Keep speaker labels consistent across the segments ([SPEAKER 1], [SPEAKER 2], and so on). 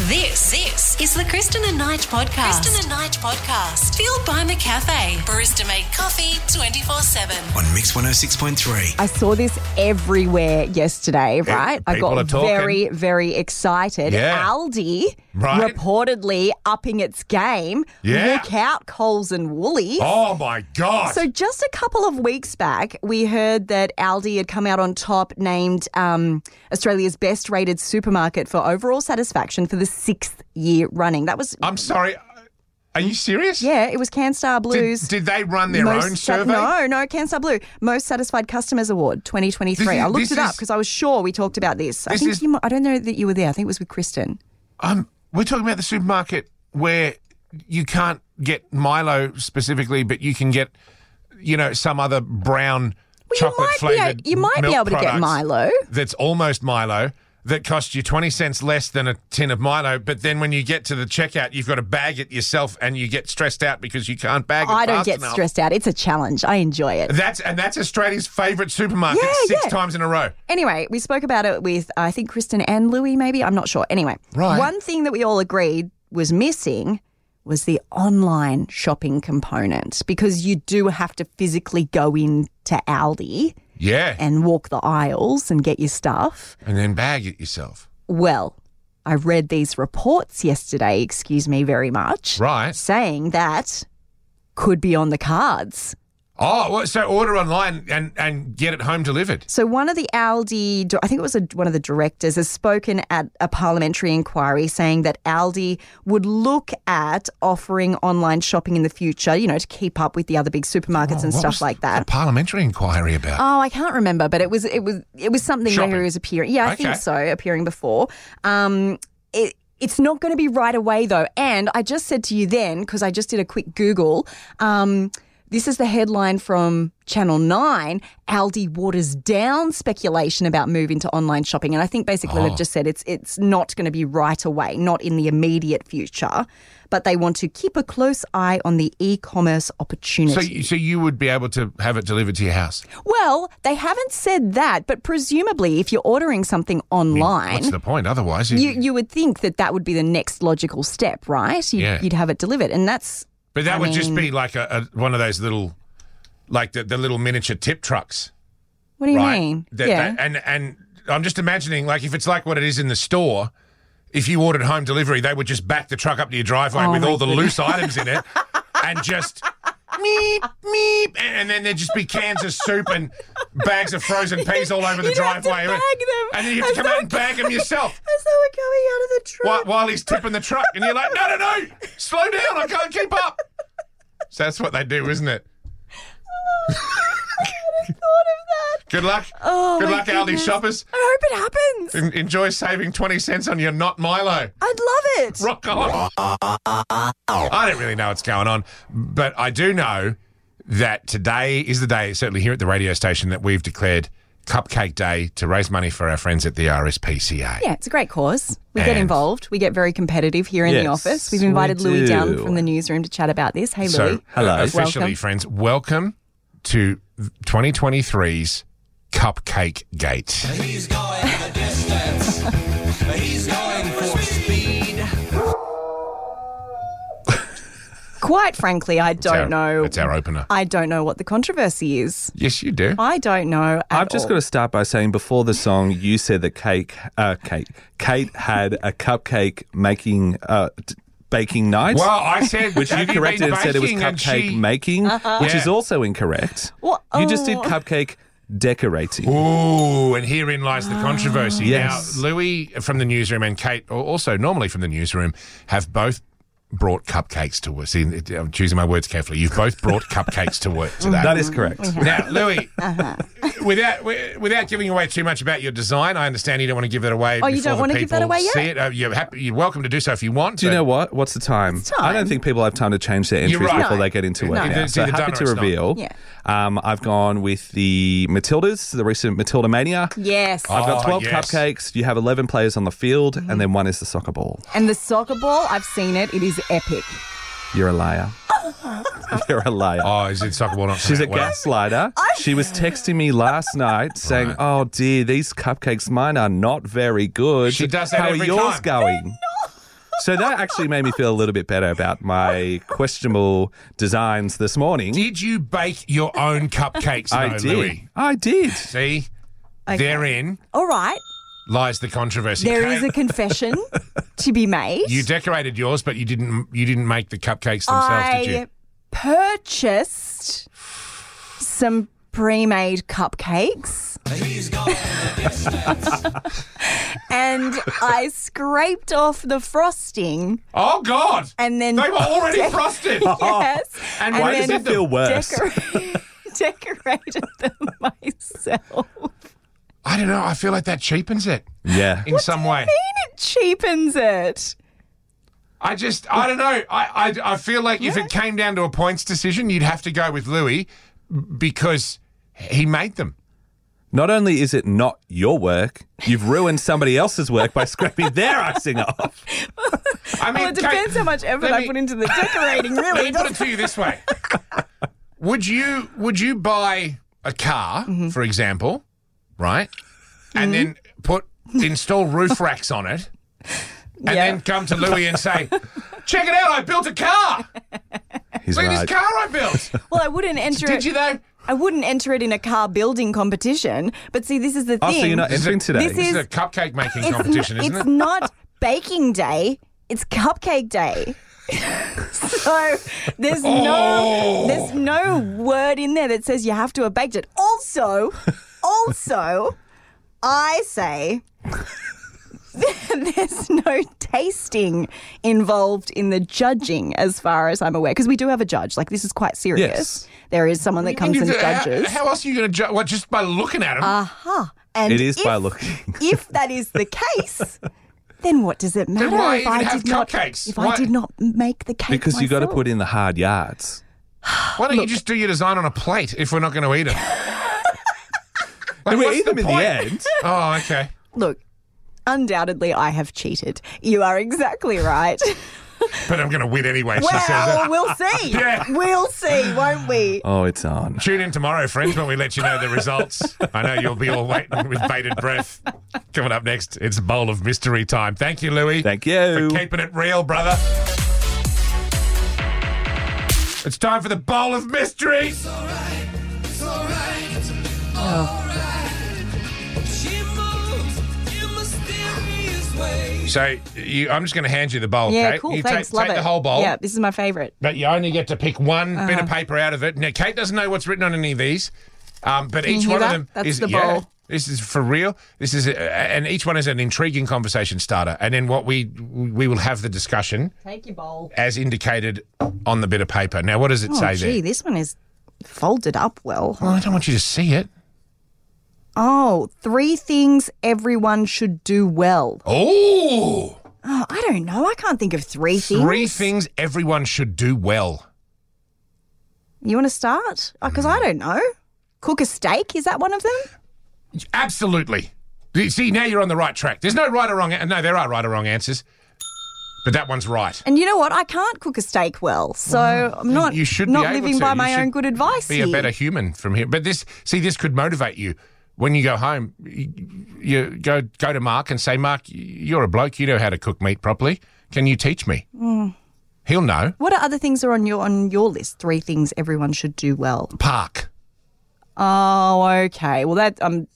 [SPEAKER 1] This, this is the Kristen and Knight podcast. Kristen and Knight podcast. Fueled by McCafe. Barista made coffee 24 7.
[SPEAKER 2] on Mix 106.3.
[SPEAKER 3] I saw this everywhere yesterday, right? I
[SPEAKER 4] people are
[SPEAKER 3] got
[SPEAKER 4] talking.
[SPEAKER 3] very, very excited.
[SPEAKER 4] Yeah.
[SPEAKER 3] Aldi
[SPEAKER 4] Right.
[SPEAKER 3] reportedly upping its game.
[SPEAKER 4] Yeah.
[SPEAKER 3] Look out, Coles and Woolies.
[SPEAKER 4] Oh my god!
[SPEAKER 3] So just a couple of weeks back, we heard that Aldi had come out on top, named um, Australia's best rated supermarket for overall satisfaction for the sixth year running. That was,
[SPEAKER 4] I'm sorry. Are you serious?
[SPEAKER 3] yeah, it was CanStar
[SPEAKER 4] Uh, Did,
[SPEAKER 3] Blues.
[SPEAKER 4] did they run their
[SPEAKER 3] Most
[SPEAKER 4] own
[SPEAKER 3] sa-
[SPEAKER 4] survey?
[SPEAKER 3] No, no, Cancer Blue. Most Satisfied Customers Award 2023.
[SPEAKER 4] This is-
[SPEAKER 3] I looked
[SPEAKER 4] this
[SPEAKER 3] it up
[SPEAKER 4] is-
[SPEAKER 3] because I was sure we talked about this. I
[SPEAKER 4] This
[SPEAKER 3] think
[SPEAKER 4] is-
[SPEAKER 3] you might, I don't know that you were there. I think it was with Kristen.
[SPEAKER 4] Um, we're talking about the supermarket where you can't get Milo specifically, but you can get, you know, some other brown
[SPEAKER 3] Well, you
[SPEAKER 4] chocolate
[SPEAKER 3] might be
[SPEAKER 4] flavored.
[SPEAKER 3] a- you might be able to get Milo.
[SPEAKER 4] That's almost Milo. That costs you twenty cents less than a tin of Milo, but then when you get to the checkout, you've got to bag it yourself, and you get stressed out because you can't bag it.
[SPEAKER 3] I don't
[SPEAKER 4] fast
[SPEAKER 3] get
[SPEAKER 4] enough.
[SPEAKER 3] stressed out. It's a challenge. I enjoy it.
[SPEAKER 4] That's and that's Australia's favourite supermarket
[SPEAKER 3] Yeah,
[SPEAKER 4] six
[SPEAKER 3] yeah.
[SPEAKER 4] times in a row.
[SPEAKER 3] Anyway, we spoke about it with I think Kristen and Louie, maybe I'm not sure. Anyway,
[SPEAKER 4] Right.
[SPEAKER 3] one thing that we all agreed was missing was the online shopping component because you do have to physically go into Aldi
[SPEAKER 4] Yeah.
[SPEAKER 3] and walk the aisles and get your stuff.
[SPEAKER 4] and then bag it yourself.
[SPEAKER 3] Well, I read these reports yesterday, excuse me very much,
[SPEAKER 4] Right.
[SPEAKER 3] saying that could be on the cards.
[SPEAKER 4] Oh, well, so order online and, and get it home delivered.
[SPEAKER 3] So one of the Aldi, I think it was a, one of the directors, has spoken at a parliamentary inquiry saying that Aldi would look at offering online shopping in the future, you know, to keep up with the other big supermarkets and
[SPEAKER 4] Oh, What
[SPEAKER 3] stuff
[SPEAKER 4] was
[SPEAKER 3] like
[SPEAKER 4] The
[SPEAKER 3] that.
[SPEAKER 4] parliamentary inquiry about.
[SPEAKER 3] Oh, I can't remember, but it was it was it was something where
[SPEAKER 4] Shopping.
[SPEAKER 3] he was appearing. Yeah, I think
[SPEAKER 4] Okay.
[SPEAKER 3] so, appearing before. Um, it, it's not going to be right away though. And I just said to you then because I just did a quick Google. Um, this is the headline from Channel Nine: Aldi waters down speculation about moving to online shopping, and I think basically
[SPEAKER 4] Oh.
[SPEAKER 3] they've just said it's it's not going to be right away, not in the immediate future, but they want to keep a close eye on the e-commerce opportunity.
[SPEAKER 4] so, you- so you would be able to have it delivered to your house.
[SPEAKER 3] Well, they haven't said that, but presumably, if you're ordering something online,
[SPEAKER 4] What's the point? Otherwise, you,
[SPEAKER 3] you, you would think that that would be the next logical step, right? You'd,
[SPEAKER 4] Yeah.
[SPEAKER 3] you'd have it delivered. And that's,
[SPEAKER 4] but that
[SPEAKER 3] I
[SPEAKER 4] would just
[SPEAKER 3] mean-
[SPEAKER 4] be like a, a one of those little, like the, the little miniature tip trucks,
[SPEAKER 3] what do you
[SPEAKER 4] right?
[SPEAKER 3] mean?
[SPEAKER 4] That-
[SPEAKER 3] yeah.
[SPEAKER 4] that- and and I'm just imagining like if it's like what it is in the store. If you ordered home delivery, they would just back the truck up to your driveway
[SPEAKER 3] Oh,
[SPEAKER 4] with
[SPEAKER 3] my
[SPEAKER 4] all the
[SPEAKER 3] goodness.
[SPEAKER 4] loose items in it, and just meep meep, and, and then there'd just be cans of soup and bags of frozen peas all over the
[SPEAKER 3] You'd have to
[SPEAKER 4] driveway,
[SPEAKER 3] bag them.
[SPEAKER 4] and then you have to
[SPEAKER 3] I
[SPEAKER 4] come out and
[SPEAKER 3] thought-
[SPEAKER 4] bag them yourself
[SPEAKER 3] As they were coming out of the
[SPEAKER 4] while,
[SPEAKER 3] truck.
[SPEAKER 4] while he's tipping the truck, and you're like, no, no, no, slow down, I can't keep up. So that's what they do, isn't it? Good luck.
[SPEAKER 3] Oh,
[SPEAKER 4] Good
[SPEAKER 3] my
[SPEAKER 4] luck,
[SPEAKER 3] goodness.
[SPEAKER 4] Aldi shoppers.
[SPEAKER 3] I hope it happens.
[SPEAKER 4] En- enjoy saving 20 cents on your not Milo.
[SPEAKER 3] I'd love it.
[SPEAKER 4] Rock on. I don't really know what's going on, but I do know that today is the day, certainly here at the radio station, that we've declared Cupcake Day to raise money for our friends at the RSPCA.
[SPEAKER 3] Yeah, it's a great cause. We get
[SPEAKER 4] And-
[SPEAKER 3] involved. We get very competitive here in the
[SPEAKER 5] Yes,
[SPEAKER 3] office. We've
[SPEAKER 5] we
[SPEAKER 3] invited Louis down
[SPEAKER 5] do.
[SPEAKER 3] from the newsroom to chat about this. Hey,
[SPEAKER 4] So,
[SPEAKER 3] Louis.
[SPEAKER 5] Hello.
[SPEAKER 4] officially,
[SPEAKER 3] Welcome.
[SPEAKER 4] friends, welcome to 2023's Cupcake Gate.
[SPEAKER 6] He's going the distance. He's going for speed.
[SPEAKER 3] Quite frankly, I
[SPEAKER 4] It's our-
[SPEAKER 3] don't know.
[SPEAKER 4] It's our opener.
[SPEAKER 3] I don't know what the controversy is.
[SPEAKER 4] yes, you do.
[SPEAKER 3] I don't know. At
[SPEAKER 5] I've just
[SPEAKER 3] all.
[SPEAKER 5] got to start by saying before the song, you said that cake, uh, cake, Kate had a cupcake making, uh, d- baking night.
[SPEAKER 4] well, I said
[SPEAKER 5] Which you
[SPEAKER 4] have been
[SPEAKER 5] corrected and said it was
[SPEAKER 4] baking? And
[SPEAKER 5] cupcake
[SPEAKER 4] she-
[SPEAKER 5] making, which
[SPEAKER 4] Yeah.
[SPEAKER 5] is also incorrect.
[SPEAKER 3] What?
[SPEAKER 5] You just did
[SPEAKER 3] Uh-huh. Oh.
[SPEAKER 5] cupcake decorating.
[SPEAKER 4] Ooh, and herein lies the controversy.
[SPEAKER 5] Ah. Yes.
[SPEAKER 4] Now, Louis from the newsroom and Kate, al- also normally from the newsroom, have both brought cupcakes to work. See, I'm choosing my words carefully. You've both brought cupcakes to work today.
[SPEAKER 5] That is correct.
[SPEAKER 3] Mm-hmm.
[SPEAKER 4] Now, Louis,
[SPEAKER 3] Uh-huh.
[SPEAKER 4] without wi- without giving away too much about your design, I understand you don't want to give that away.
[SPEAKER 3] Oh, you
[SPEAKER 4] before
[SPEAKER 3] don't
[SPEAKER 4] the
[SPEAKER 3] wanna give that
[SPEAKER 4] people
[SPEAKER 3] away yet?
[SPEAKER 4] See it. Uh, you're, happy, you're welcome to do so if you want.
[SPEAKER 5] Do you
[SPEAKER 4] but
[SPEAKER 5] know what? What's the time? I
[SPEAKER 3] time.
[SPEAKER 5] don't think people have time to change their entries
[SPEAKER 4] right.
[SPEAKER 5] before
[SPEAKER 3] No.
[SPEAKER 5] they get into work.
[SPEAKER 4] No.
[SPEAKER 5] Now.
[SPEAKER 4] It's
[SPEAKER 5] So
[SPEAKER 4] either done
[SPEAKER 5] happy
[SPEAKER 4] or
[SPEAKER 5] to
[SPEAKER 4] it's not.
[SPEAKER 5] reveal.
[SPEAKER 3] Yeah.
[SPEAKER 5] Um, I've gone with the Matildas, the recent Matilda Mania.
[SPEAKER 3] Yes.
[SPEAKER 5] I've got
[SPEAKER 4] Oh,
[SPEAKER 5] 12
[SPEAKER 4] yes.
[SPEAKER 5] cupcakes. You have 11 players on the field, and then one is the soccer ball.
[SPEAKER 3] and the soccer ball, I've seen it. It is epic.
[SPEAKER 5] You're a liar. You're a liar.
[SPEAKER 4] Oh, is it soccer ball? Not
[SPEAKER 5] She's a
[SPEAKER 4] coming out?
[SPEAKER 5] gaslighter. She was texting me last night saying, "Oh dear, these cupcakes mine are not very good.
[SPEAKER 4] She does that
[SPEAKER 5] How
[SPEAKER 4] every
[SPEAKER 5] are yours
[SPEAKER 4] time.
[SPEAKER 5] going?" So that actually made me feel a little bit better about my questionable designs this morning.
[SPEAKER 4] Did you bake your own cupcakes,
[SPEAKER 5] I
[SPEAKER 4] though,
[SPEAKER 5] did.
[SPEAKER 4] Louis?
[SPEAKER 5] I did.
[SPEAKER 4] See,
[SPEAKER 3] Okay.
[SPEAKER 4] therein
[SPEAKER 3] All right.
[SPEAKER 4] lies the controversy.
[SPEAKER 3] There
[SPEAKER 4] Kate,
[SPEAKER 3] is a confession to be made.
[SPEAKER 4] you decorated yours, but you didn't. You didn't make the cupcakes themselves, did you?
[SPEAKER 3] I uh, purchased some pre-made cupcakes
[SPEAKER 6] He's gone the distance.
[SPEAKER 3] and I scraped off the frosting
[SPEAKER 4] Oh God!
[SPEAKER 3] and then
[SPEAKER 4] they were already frosted.
[SPEAKER 3] yes,
[SPEAKER 4] And
[SPEAKER 5] Why
[SPEAKER 4] I
[SPEAKER 5] does
[SPEAKER 4] did
[SPEAKER 5] it
[SPEAKER 4] them.
[SPEAKER 5] feel worse?
[SPEAKER 3] decor- decorated them myself.
[SPEAKER 4] I don't know. I feel like that cheapens it
[SPEAKER 5] yeah.
[SPEAKER 4] in some way.
[SPEAKER 3] And it cheapens it.
[SPEAKER 4] I just, I don't know. I, I, I feel like if it came down to a points decision, you'd have to go with Louis because he made them.
[SPEAKER 5] Not only is it not your work, you've ruined somebody else's work by scraping their icing off.
[SPEAKER 4] I mean,
[SPEAKER 3] Well, Oh, it depends
[SPEAKER 4] Kate,
[SPEAKER 3] how much effort
[SPEAKER 4] let
[SPEAKER 3] I
[SPEAKER 4] me-
[SPEAKER 3] put into the decorating,
[SPEAKER 4] Let
[SPEAKER 3] really.
[SPEAKER 4] me put it to you this way: Would you, would you buy a car,
[SPEAKER 3] Mm-hmm.
[SPEAKER 4] for example, right, and then put install roof racks on it, and
[SPEAKER 3] Yeah.
[SPEAKER 4] then come to Louis and say, "Check it out! I built a car.
[SPEAKER 5] He's
[SPEAKER 4] Look at
[SPEAKER 5] right.
[SPEAKER 4] this car I built.
[SPEAKER 3] Well, I wouldn't enter
[SPEAKER 4] Did
[SPEAKER 3] it.
[SPEAKER 4] you though?"
[SPEAKER 3] I wouldn't enter it in a car building competition. But see, this is the
[SPEAKER 5] Oh,
[SPEAKER 3] thing.
[SPEAKER 5] so you're not
[SPEAKER 4] This is a-
[SPEAKER 5] entering today.
[SPEAKER 4] This
[SPEAKER 3] is-
[SPEAKER 4] is a cupcake making
[SPEAKER 3] it's
[SPEAKER 4] competition,
[SPEAKER 3] n-
[SPEAKER 4] isn't
[SPEAKER 3] it's
[SPEAKER 4] it?
[SPEAKER 3] not baking day. It's cupcake day. so there's no
[SPEAKER 4] Oh.
[SPEAKER 3] there's no word in there that says you have to have baked it. Also, also, I say. There's no tasting involved in the judging, as far as I'm aware, because we do have a judge. Like this is quite serious.
[SPEAKER 5] Yes.
[SPEAKER 3] There is someone that comes and
[SPEAKER 4] How-
[SPEAKER 3] judges.
[SPEAKER 4] uh,
[SPEAKER 3] Ah,
[SPEAKER 4] How, else are you going to judge? Well, just by looking at them.
[SPEAKER 3] Aha. And
[SPEAKER 5] It is
[SPEAKER 3] if,
[SPEAKER 5] by looking.
[SPEAKER 3] if that is the case, then what does it matter
[SPEAKER 4] why
[SPEAKER 3] if
[SPEAKER 4] even
[SPEAKER 3] I
[SPEAKER 4] have
[SPEAKER 3] did not
[SPEAKER 4] cupcakes?
[SPEAKER 3] if
[SPEAKER 4] Why-
[SPEAKER 3] I did not make the cake?
[SPEAKER 5] Because you got to
[SPEAKER 3] myself?
[SPEAKER 5] put in the hard yards.
[SPEAKER 4] Why don't you just do your design on a plate if we're not going to eat them? like,
[SPEAKER 5] we
[SPEAKER 4] what's
[SPEAKER 5] eat them in
[SPEAKER 4] point?
[SPEAKER 5] the end.
[SPEAKER 4] Oh, okay.
[SPEAKER 3] Look, undoubtedly, I have cheated. You are exactly right.
[SPEAKER 4] But I'm going to win anyway, she says. Uh,
[SPEAKER 3] well,
[SPEAKER 4] it.
[SPEAKER 3] we'll see.
[SPEAKER 4] Yeah.
[SPEAKER 3] We'll see, won't we?
[SPEAKER 5] Oh, it's on.
[SPEAKER 4] Tune in tomorrow, friends, when we let you know the results. I know you'll be all waiting with bated breath. Coming up next, it's Bowl of Mystery time. Thank you, Louis.
[SPEAKER 5] Thank you.
[SPEAKER 4] For keeping it real, brother. It's time for the Bowl of Mystery.
[SPEAKER 6] It's alright. Alright. She moves in mysterious ways.
[SPEAKER 4] So you, I'm just going to hand you the bowl.
[SPEAKER 3] Yeah,
[SPEAKER 4] Kate.
[SPEAKER 3] cool.
[SPEAKER 4] You
[SPEAKER 3] Thanks.
[SPEAKER 4] take,
[SPEAKER 3] Love
[SPEAKER 4] take
[SPEAKER 3] it.
[SPEAKER 4] the whole bowl.
[SPEAKER 3] Yeah, this is my favorite.
[SPEAKER 4] but you only get to pick one
[SPEAKER 3] Uh-huh.
[SPEAKER 4] bit of paper out of it. Now, Kate doesn't know what's written on any of these, um, but each
[SPEAKER 3] you hear
[SPEAKER 4] one of
[SPEAKER 3] that?
[SPEAKER 4] them
[SPEAKER 3] That's
[SPEAKER 4] is
[SPEAKER 3] the
[SPEAKER 4] yeah,
[SPEAKER 3] bowl.
[SPEAKER 4] this is for real. This is, a, and each one is an intriguing conversation starter. And then what we we will have the discussion
[SPEAKER 3] Take your bowl.
[SPEAKER 4] as indicated on the bit of paper. Now, what does it
[SPEAKER 3] Oh,
[SPEAKER 4] say
[SPEAKER 3] gee,
[SPEAKER 4] there?
[SPEAKER 3] this one is folded up well.
[SPEAKER 4] Well, I don't want you to see it.
[SPEAKER 3] Oh, three things everyone should do well.
[SPEAKER 4] Oh,
[SPEAKER 3] Oh, I don't know. I can't think of three things.
[SPEAKER 4] three things everyone should do well.
[SPEAKER 3] You want to start? Because
[SPEAKER 4] Mm.
[SPEAKER 3] I don't know. Cook a steak? Is that one of them?
[SPEAKER 4] Absolutely. You See, now you're on the right track. There's no right or wrong. No, there are right or wrong answers, but that one's right.
[SPEAKER 3] And you know what? I can't cook a steak well, so I'm not.
[SPEAKER 4] you should be
[SPEAKER 3] not
[SPEAKER 4] able
[SPEAKER 3] living
[SPEAKER 4] to.
[SPEAKER 3] by
[SPEAKER 4] You
[SPEAKER 3] my own
[SPEAKER 4] should
[SPEAKER 3] good advice.
[SPEAKER 4] Be a
[SPEAKER 3] here.
[SPEAKER 4] better human from here. But this, see, this could motivate you when you go home. You, you go go to Mark and say, Mark, you're a bloke. You know how to cook meat properly. Can you teach me? He'll know.
[SPEAKER 3] What are other things are on your on your list? Three things everyone should do well.
[SPEAKER 4] Park.
[SPEAKER 3] Oh, okay. Well, that I'm.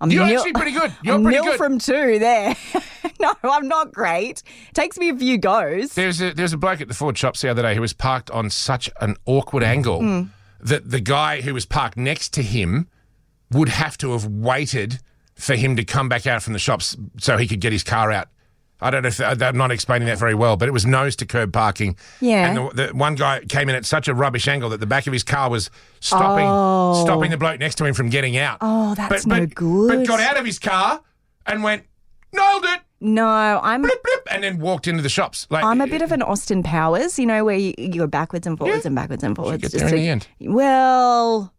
[SPEAKER 3] I'm
[SPEAKER 4] You're
[SPEAKER 3] nil-
[SPEAKER 4] actually pretty good. You're
[SPEAKER 3] I'm
[SPEAKER 4] pretty
[SPEAKER 3] nil
[SPEAKER 4] good.
[SPEAKER 3] from two there. no, I'm not great. Takes me a few goes.
[SPEAKER 4] There's a there's a bloke at the Ford shops the other day who was parked on such an awkward angle
[SPEAKER 3] Hmm.
[SPEAKER 4] that the guy who was parked next to him would have to have waited for him to come back out from the shops so he could get his car out. I don't know if I'm not explaining that very well, but it was nose to curb parking.
[SPEAKER 3] Yeah.
[SPEAKER 4] And the, the one guy came in at such a rubbish angle that the back of his car was stopping
[SPEAKER 3] Oh.
[SPEAKER 4] stopping the bloke next to him from getting out.
[SPEAKER 3] Oh, that's no
[SPEAKER 4] But
[SPEAKER 3] good.
[SPEAKER 4] got out of his car and went, nailed it,
[SPEAKER 3] No, I'm.
[SPEAKER 4] blip, blip, and then walked into the shops. Like
[SPEAKER 3] I'm a bit of an Austin Powers, you know, where you, you go backwards and forwards and backwards and forwards.
[SPEAKER 4] get there in the end.
[SPEAKER 3] Well,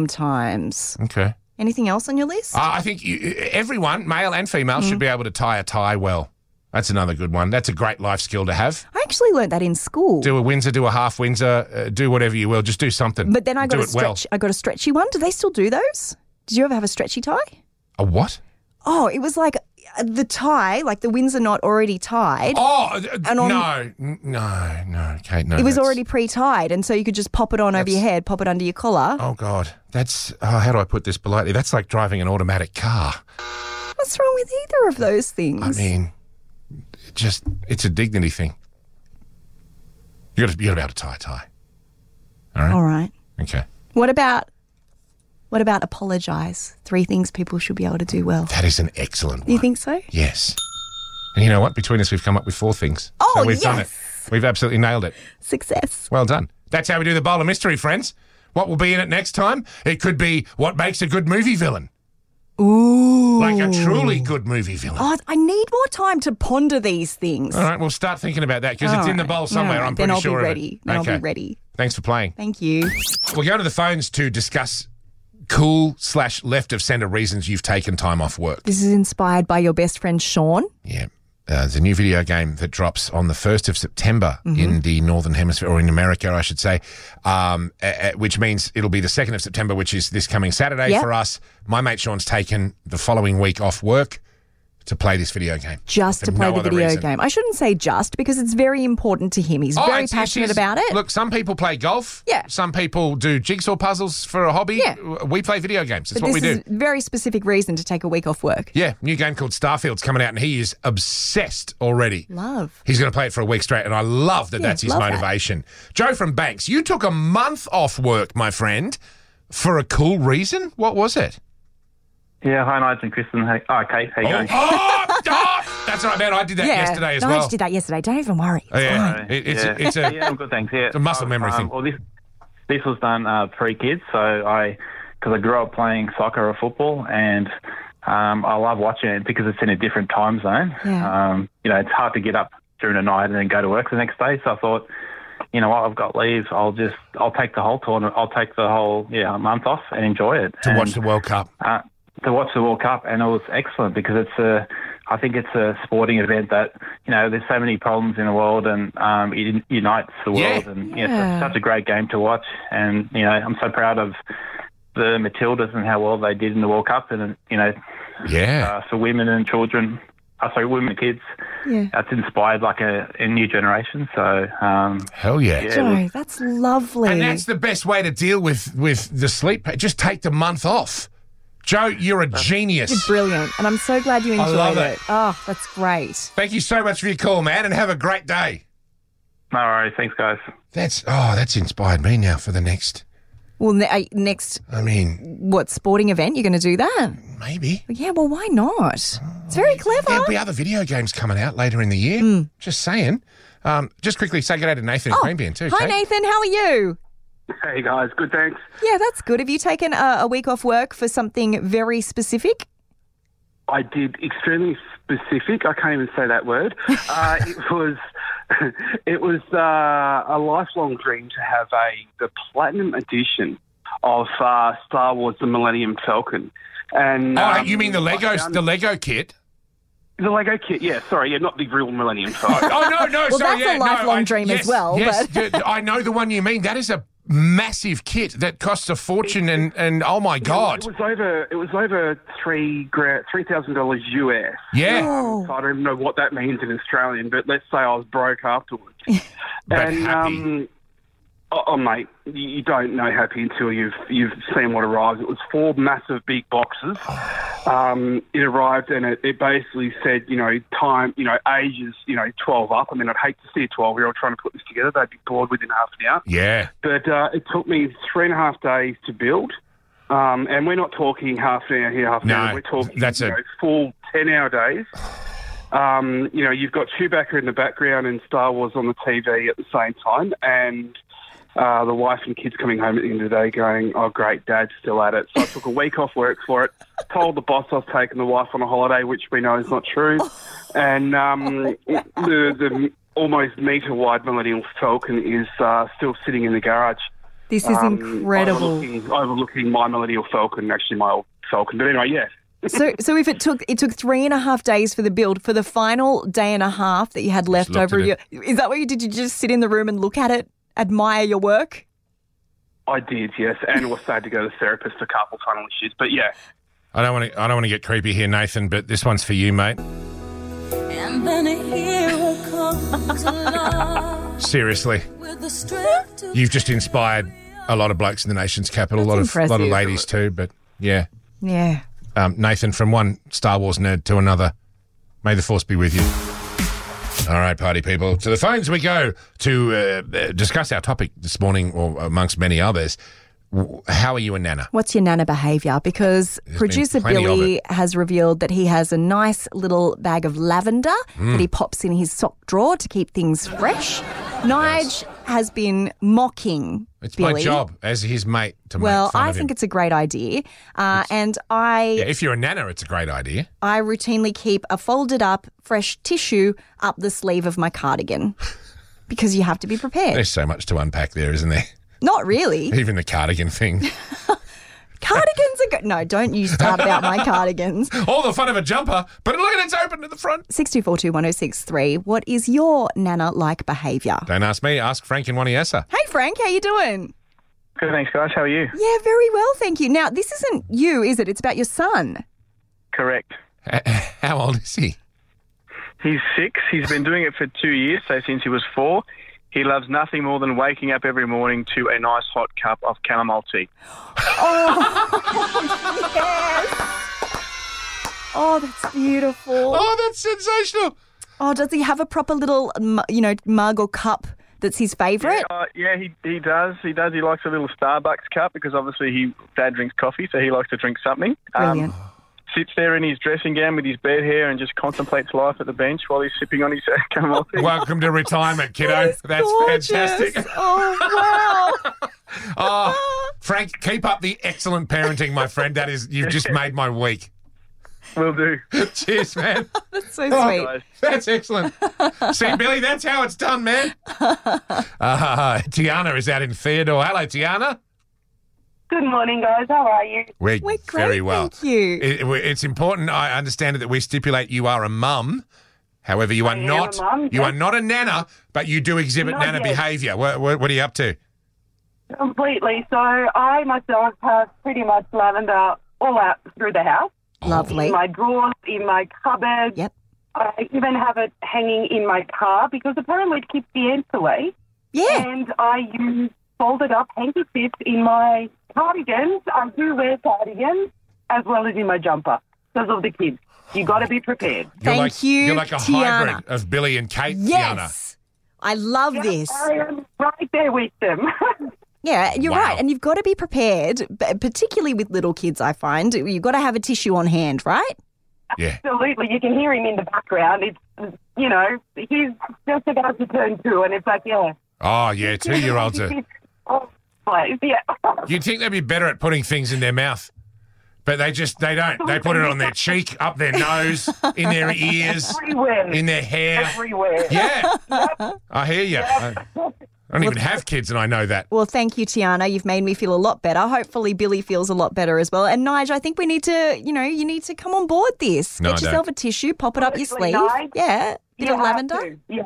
[SPEAKER 3] sometimes.
[SPEAKER 4] Okay.
[SPEAKER 3] Anything else on your list?
[SPEAKER 4] Uh, I think you, everyone, male and female, should be able to tie a tie well. That's another good one. That's a great life skill to have.
[SPEAKER 3] I actually learnt that in school.
[SPEAKER 4] Do a Windsor, do a half Windsor, uh, do whatever you will. Just do something.
[SPEAKER 3] but then I got
[SPEAKER 4] do
[SPEAKER 3] a
[SPEAKER 4] it well.
[SPEAKER 3] stretch. I got a stretchy one. Do they still do those? Did you ever have a stretchy tie?
[SPEAKER 4] A what?
[SPEAKER 3] Oh, it was like the tie, like the wins are not already tied.
[SPEAKER 4] Oh, uh,
[SPEAKER 3] And on-
[SPEAKER 4] no, n- no, no, Kate, no.
[SPEAKER 3] It was
[SPEAKER 4] Oh, that's-
[SPEAKER 3] already pre-tied, and so you could just pop it on over your head, pop it under your collar.
[SPEAKER 4] Oh, God. That's. Oh, how do I put this politely? That's like driving an automatic car.
[SPEAKER 3] What's wrong with either of those things?
[SPEAKER 4] I mean, it just. It's a dignity thing. you got to be able to tie a tie.
[SPEAKER 3] All right.
[SPEAKER 4] Okay.
[SPEAKER 3] What about what about apologize? Three things people should be able to do well.
[SPEAKER 4] That is an excellent one.
[SPEAKER 3] You think so?
[SPEAKER 4] Yes. And you know what? Between us, we've come up with four things.
[SPEAKER 3] Oh,
[SPEAKER 4] so we've done it.
[SPEAKER 3] yes.
[SPEAKER 4] We've absolutely nailed it.
[SPEAKER 3] Success.
[SPEAKER 4] Well done. That's how we do the bowl of mystery, friends. What will be in it next time? It could be what makes a good movie villain. Ooh. Like a truly good movie villain.
[SPEAKER 3] Oh, I need more time to ponder these things.
[SPEAKER 4] All right, we'll start thinking about that because it's in the
[SPEAKER 3] Oh, All
[SPEAKER 4] bowl
[SPEAKER 3] right.
[SPEAKER 4] somewhere.
[SPEAKER 3] All
[SPEAKER 4] I'm
[SPEAKER 3] right,
[SPEAKER 4] pretty
[SPEAKER 3] then I'll Be
[SPEAKER 4] sure. of it.
[SPEAKER 3] ready. Then I'll
[SPEAKER 4] Okay.
[SPEAKER 3] be ready.
[SPEAKER 4] Thanks for playing.
[SPEAKER 3] Thank you.
[SPEAKER 4] We'll go to the phones to discuss cool slash left of center reasons you've taken time off work.
[SPEAKER 3] This is inspired by your best friend Sean.
[SPEAKER 4] Yeah. Uh, there's a new video game that drops on the 1st of September
[SPEAKER 3] Mm-hmm.
[SPEAKER 4] in the Northern Hemisphere, or in America, I should say, um, uh, uh, which means it'll be the 2nd of September, which is this coming Saturday
[SPEAKER 3] Yeah.
[SPEAKER 4] for us. My mate Sean's taken the following week off work to play this video game.
[SPEAKER 3] Just
[SPEAKER 4] For
[SPEAKER 3] to play
[SPEAKER 4] no
[SPEAKER 3] the
[SPEAKER 4] other
[SPEAKER 3] video
[SPEAKER 4] reason.
[SPEAKER 3] game. I shouldn't say just because it's very important to him. He's
[SPEAKER 4] Oh,
[SPEAKER 3] very
[SPEAKER 4] it's- it's-
[SPEAKER 3] passionate
[SPEAKER 4] it's-
[SPEAKER 3] about it.
[SPEAKER 4] Look, some people play golf.
[SPEAKER 3] Yeah.
[SPEAKER 4] Some people do jigsaw puzzles for a hobby.
[SPEAKER 3] Yeah.
[SPEAKER 4] W- We play video games. That's
[SPEAKER 3] but
[SPEAKER 4] what
[SPEAKER 3] this
[SPEAKER 4] we
[SPEAKER 3] is
[SPEAKER 4] do.
[SPEAKER 3] a very specific reason to take a week off work.
[SPEAKER 4] Yeah, new game called Starfield's coming out, and he is obsessed already.
[SPEAKER 3] Love.
[SPEAKER 4] He's going to play it for a week straight, and I love that
[SPEAKER 3] Yeah,
[SPEAKER 4] that's his
[SPEAKER 3] love that.
[SPEAKER 4] motivation. Joe from Banks, you took a month off work, my friend, for a cool reason. What was it?
[SPEAKER 7] Yeah, hi, Nigel and Kristen. Hey, oh, Kate, how you
[SPEAKER 4] Oh,
[SPEAKER 7] going?
[SPEAKER 4] oh, oh, that's right, man. I did that
[SPEAKER 3] yeah.
[SPEAKER 4] yesterday as
[SPEAKER 3] no, I
[SPEAKER 4] well.
[SPEAKER 3] just did that yesterday. Don't even worry. It's
[SPEAKER 4] Oh, yeah.
[SPEAKER 3] fine.
[SPEAKER 4] It- it's,
[SPEAKER 7] yeah.
[SPEAKER 4] a, it's a
[SPEAKER 7] yeah, I'm good, thanks. Yeah, it's
[SPEAKER 4] a muscle memory thing.
[SPEAKER 7] Well, this this was done uh, pre-kids, so I because I grew up playing soccer or football, and um, I love watching it because it's in a different time zone.
[SPEAKER 3] Yeah.
[SPEAKER 7] Um, you know, it's hard to get up during the night and then go to work the next day. So I thought, you know what, I've got leave. I'll just I'll take the whole tournament. I'll take the whole yeah month off and enjoy it.
[SPEAKER 4] to
[SPEAKER 7] And-
[SPEAKER 4] watch the World Cup.
[SPEAKER 7] uh, to watch the World Cup, and it was excellent because it's a, I think it's a sporting event that you know there's so many problems in the world, and um, it un- unites the world,
[SPEAKER 4] Yeah.
[SPEAKER 7] and you know,
[SPEAKER 3] Yeah.
[SPEAKER 7] it's such a great game to watch, and you know I'm so proud of the Matildas and how well they did in the World Cup, and you know
[SPEAKER 4] Yeah.
[SPEAKER 7] uh, for women and children, uh, sorry, women and kids,
[SPEAKER 3] Yeah.
[SPEAKER 7] that's inspired like a, a new generation. So um,
[SPEAKER 4] Hell yeah.
[SPEAKER 7] yeah,
[SPEAKER 3] Joe, that's lovely.
[SPEAKER 4] And that's the best way to deal with with the sleep. Just take the month off. Joe, you're a genius.
[SPEAKER 3] Brilliant. And I'm so glad you enjoyed
[SPEAKER 4] love
[SPEAKER 3] it.
[SPEAKER 4] it.
[SPEAKER 3] Oh, that's great.
[SPEAKER 4] Thank you so much for your call, man, and have a great day.
[SPEAKER 7] no worries, thanks guys.
[SPEAKER 4] That's oh, that's inspired me now for the next.
[SPEAKER 3] Well, ne- uh, next,
[SPEAKER 4] I mean,
[SPEAKER 3] what sporting event? You're going to do that?
[SPEAKER 4] maybe.
[SPEAKER 3] Well, yeah, well, why not? It's very
[SPEAKER 4] Oh,
[SPEAKER 3] clever.
[SPEAKER 4] There'll be other video games coming out later in the year. Just saying. Um, just quickly say good day to Nathan at
[SPEAKER 3] Hmm. Oh,
[SPEAKER 4] Queanbeyan too.
[SPEAKER 3] Hi,
[SPEAKER 4] Kate.
[SPEAKER 3] Nathan. How are you?
[SPEAKER 8] Hey guys, good thanks.
[SPEAKER 3] Yeah, that's good. Have you taken a, a week off work for something very specific?
[SPEAKER 8] I did extremely specific. I can't even say that word. Uh, it was it was uh, a lifelong dream to have a the platinum edition of uh, Star Wars: The Millennium Falcon. And
[SPEAKER 4] Oh,
[SPEAKER 8] um,
[SPEAKER 4] you mean the Lego
[SPEAKER 8] I found-
[SPEAKER 4] the Lego kit?
[SPEAKER 8] the Lego kit? Yeah, sorry, yeah, not the real Millennium Falcon.
[SPEAKER 4] Oh no, no,
[SPEAKER 3] Well,
[SPEAKER 4] sorry,
[SPEAKER 3] that's a
[SPEAKER 4] yeah, no,
[SPEAKER 3] lifelong
[SPEAKER 4] I-
[SPEAKER 3] dream as
[SPEAKER 4] yes,
[SPEAKER 3] well,
[SPEAKER 4] Yes,
[SPEAKER 3] but-
[SPEAKER 4] d- I know the one you mean. That is a massive kit that costs a fortune, and and oh my god,
[SPEAKER 8] It was over. It was over three gra- three thousand dollars US.
[SPEAKER 4] yeah.
[SPEAKER 3] Oh,
[SPEAKER 8] I don't know what that means in Australian, but let's say I was broke afterwards.
[SPEAKER 4] But
[SPEAKER 8] and
[SPEAKER 4] happy.
[SPEAKER 8] um, oh, oh, mate, you- you don't know happy until you've you've seen what arrives. It was four massive big boxes. Um, it arrived and it, it basically said, you know, time, you know, age is, you know, twelve up. I mean, I'd hate to see a twelve-year-old trying to put this together; they'd be bored within half an hour
[SPEAKER 4] Yeah.
[SPEAKER 8] but uh, it took me three and a half days to build. Um, and we're not talking half an hour here, half an
[SPEAKER 4] No,
[SPEAKER 8] hour. We're talking
[SPEAKER 4] that's
[SPEAKER 8] you
[SPEAKER 4] a-
[SPEAKER 8] know, full ten hour days. Um, you know, you've got Chewbacca in the background and Star Wars on the TV at the same time, and uh, the wife and kids coming home at the end of the day going, "Oh, great, Dad's still at it." So I took a week off work for it. Told the boss I was taking the wife on a holiday, which we know is not true. And um, the the almost meter wide Millennial Falcon is uh, still sitting in the garage.
[SPEAKER 3] this is
[SPEAKER 8] um,
[SPEAKER 3] incredible.
[SPEAKER 8] Overlooking, overlooking my Millennial Falcon, actually my old Falcon. But anyway, yeah.
[SPEAKER 3] So, so if it took it took three and a half days for the build, for the final day and a half that you had left
[SPEAKER 4] looked
[SPEAKER 3] over, you,
[SPEAKER 4] at
[SPEAKER 3] is that what you did? You just sit in the room and look at it, admire your work.
[SPEAKER 8] I did, yes, and also had to go to the therapist for carpal tunnel issues. But yeah,
[SPEAKER 4] I don't want to. I don't want to get creepy here, Nathan. But this one's for you, mate.
[SPEAKER 9] And then a hero comes along
[SPEAKER 4] Seriously,
[SPEAKER 9] with the strength to
[SPEAKER 4] you've just inspired a lot of blokes in the nation's capital. a lot of lot of
[SPEAKER 3] impressive.
[SPEAKER 4] ladies too. But yeah,
[SPEAKER 3] Yeah.
[SPEAKER 4] um, Nathan, from one Star Wars nerd to another, may the force be with you. All right, party people, to the phones we go to uh, uh, discuss our topic this morning, or amongst many others. W- How are you and Nana?
[SPEAKER 3] What's your nana behavior? Because producer
[SPEAKER 4] plenty of
[SPEAKER 3] Billy has revealed that he has a nice little bag of lavender that
[SPEAKER 4] Hmm.
[SPEAKER 3] he pops in his sock drawer to keep things fresh. Nige has been mocking
[SPEAKER 4] It's
[SPEAKER 3] Billy.
[SPEAKER 4] my job as his mate to
[SPEAKER 3] Well,
[SPEAKER 4] make fun
[SPEAKER 3] I
[SPEAKER 4] of him.
[SPEAKER 3] think it's a great idea, uh, and I
[SPEAKER 4] yeah, if you're a Nana, it's a great idea.
[SPEAKER 3] I routinely keep a folded up fresh tissue up the sleeve of my cardigan because you have to be prepared.
[SPEAKER 4] There's so much to unpack there, isn't there?
[SPEAKER 3] Not really.
[SPEAKER 4] Even the cardigan thing.
[SPEAKER 3] Cardigans are good. No, don't you start about my cardigans.
[SPEAKER 4] All the fun of a jumper, but look at it's open at the front.
[SPEAKER 3] 62421063. What is your nana like behaviour?
[SPEAKER 4] Don't ask me, ask Frank and Waniessa.
[SPEAKER 3] Hey Frank, how you doing?
[SPEAKER 7] Good, thanks, guys. How are you?
[SPEAKER 3] Yeah, very well, thank you. Now, this isn't you, is it? It's about your son.
[SPEAKER 8] Correct.
[SPEAKER 4] How old is he?
[SPEAKER 8] He's six. He's been doing it for two years, so since he was four. He loves nothing more than waking up every morning to a nice hot cup of chamomile tea.
[SPEAKER 3] Oh, that's beautiful.
[SPEAKER 4] Oh, that's sensational.
[SPEAKER 3] Oh, does he have a proper little, mu- you know, mug or cup that's his favourite?
[SPEAKER 8] Uh, yeah, he, he does. He does. He likes a little Starbucks cup because obviously he dad drinks coffee, so he likes to drink something. Um,
[SPEAKER 3] Brilliant.
[SPEAKER 8] sits there in his dressing gown with his bed hair and just contemplates life at the bench while he's sipping on his uh, chamomile tea.
[SPEAKER 4] Welcome to retirement, kiddo. That's
[SPEAKER 3] Gorgeous.
[SPEAKER 4] fantastic.
[SPEAKER 3] Oh, wow.
[SPEAKER 4] Oh, Frank, keep up the excellent parenting, my friend. That is, you've just made my week.
[SPEAKER 8] Will do.
[SPEAKER 4] Cheers, man.
[SPEAKER 3] so sweet.
[SPEAKER 8] Guys.
[SPEAKER 4] That's excellent. See, Billy, that's how it's done, man. Uh, Tiana is out in Theodore. Hello, Tiana.
[SPEAKER 10] Good morning, guys. How are you?
[SPEAKER 4] We're,
[SPEAKER 3] We're great,
[SPEAKER 4] very well.
[SPEAKER 3] thank you.
[SPEAKER 4] It- it- it's important. I understand that we stipulate you are a mum. However, you are
[SPEAKER 10] am a
[SPEAKER 4] not
[SPEAKER 10] mum,
[SPEAKER 4] you
[SPEAKER 10] yes.
[SPEAKER 4] are not a nana, but you do exhibit
[SPEAKER 10] Not
[SPEAKER 4] nana
[SPEAKER 10] yet.
[SPEAKER 4] behaviour. What, what, what are you up to?
[SPEAKER 10] Completely. So I myself have pretty much lavender all out through the house,
[SPEAKER 3] Lovely.
[SPEAKER 10] in my drawers, in my cupboard.
[SPEAKER 3] Yep.
[SPEAKER 10] I even have it hanging in my car because apparently it keeps the ants away.
[SPEAKER 3] Yeah.
[SPEAKER 10] And I use folded up handkerchiefs in my cardigans. I do wear cardigans as well as in my jumper because of the kids. You got to be prepared.
[SPEAKER 4] You're
[SPEAKER 3] Thank
[SPEAKER 4] like,
[SPEAKER 3] you,
[SPEAKER 4] You're like a hybrid
[SPEAKER 3] Tiana.
[SPEAKER 4] of Billy and Kate. Tiana.
[SPEAKER 3] Yes. I love this.
[SPEAKER 10] I am right there with them.
[SPEAKER 3] Yeah, you're
[SPEAKER 4] Wow.
[SPEAKER 3] right. And you've got to be prepared, b- particularly with little kids, I find. You've got to have a tissue on hand, right?
[SPEAKER 4] Yeah.
[SPEAKER 10] Absolutely. You can hear him in the background. It's, you know, he's just about to turn two, and it's like, yeah.
[SPEAKER 4] Oh yeah, two year olds are.
[SPEAKER 10] Oh, please, yeah.
[SPEAKER 4] You'd think they'd be better at putting things in their mouth, but they just they don't. They put it on their cheek, up their nose, in their ears,
[SPEAKER 10] Everywhere.
[SPEAKER 4] in their hair.
[SPEAKER 10] Everywhere.
[SPEAKER 4] Yeah, I hear you. I, I don't even have kids, and I know that.
[SPEAKER 3] Well, thank you, Tiana. You've made me feel a lot better. Hopefully, Billy feels a lot better as well. And Nige, I think we need to, you know, you need to come on board this.
[SPEAKER 4] No, I
[SPEAKER 3] Get
[SPEAKER 4] don't.
[SPEAKER 3] yourself a tissue, pop it up your
[SPEAKER 10] Honestly,
[SPEAKER 3] sleeve.
[SPEAKER 10] Nige,
[SPEAKER 3] yeah. Bit
[SPEAKER 10] You
[SPEAKER 3] of
[SPEAKER 10] have
[SPEAKER 3] lavender.
[SPEAKER 10] to. Yeah.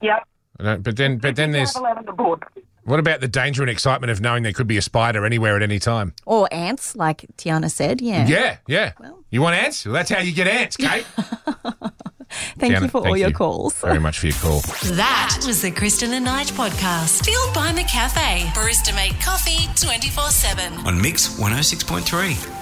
[SPEAKER 10] Yep.
[SPEAKER 4] I don't- But then, but then there's
[SPEAKER 10] Have a lavender board.
[SPEAKER 4] what about the danger and excitement of knowing there could be a spider anywhere at any time?
[SPEAKER 3] Or ants, like Tiana said. Yeah.
[SPEAKER 4] Yeah, yeah. You want ants? Well, that's how you get ants, Kate.
[SPEAKER 3] Thank you
[SPEAKER 4] Tiana,
[SPEAKER 3] for all
[SPEAKER 4] thank
[SPEAKER 3] your
[SPEAKER 4] you.
[SPEAKER 3] calls.
[SPEAKER 4] Very much for your call.
[SPEAKER 1] That was the Kristen and Knight podcast. Fueled by McCafe. Barista made coffee 24 7.
[SPEAKER 2] oh on Mix 106.3.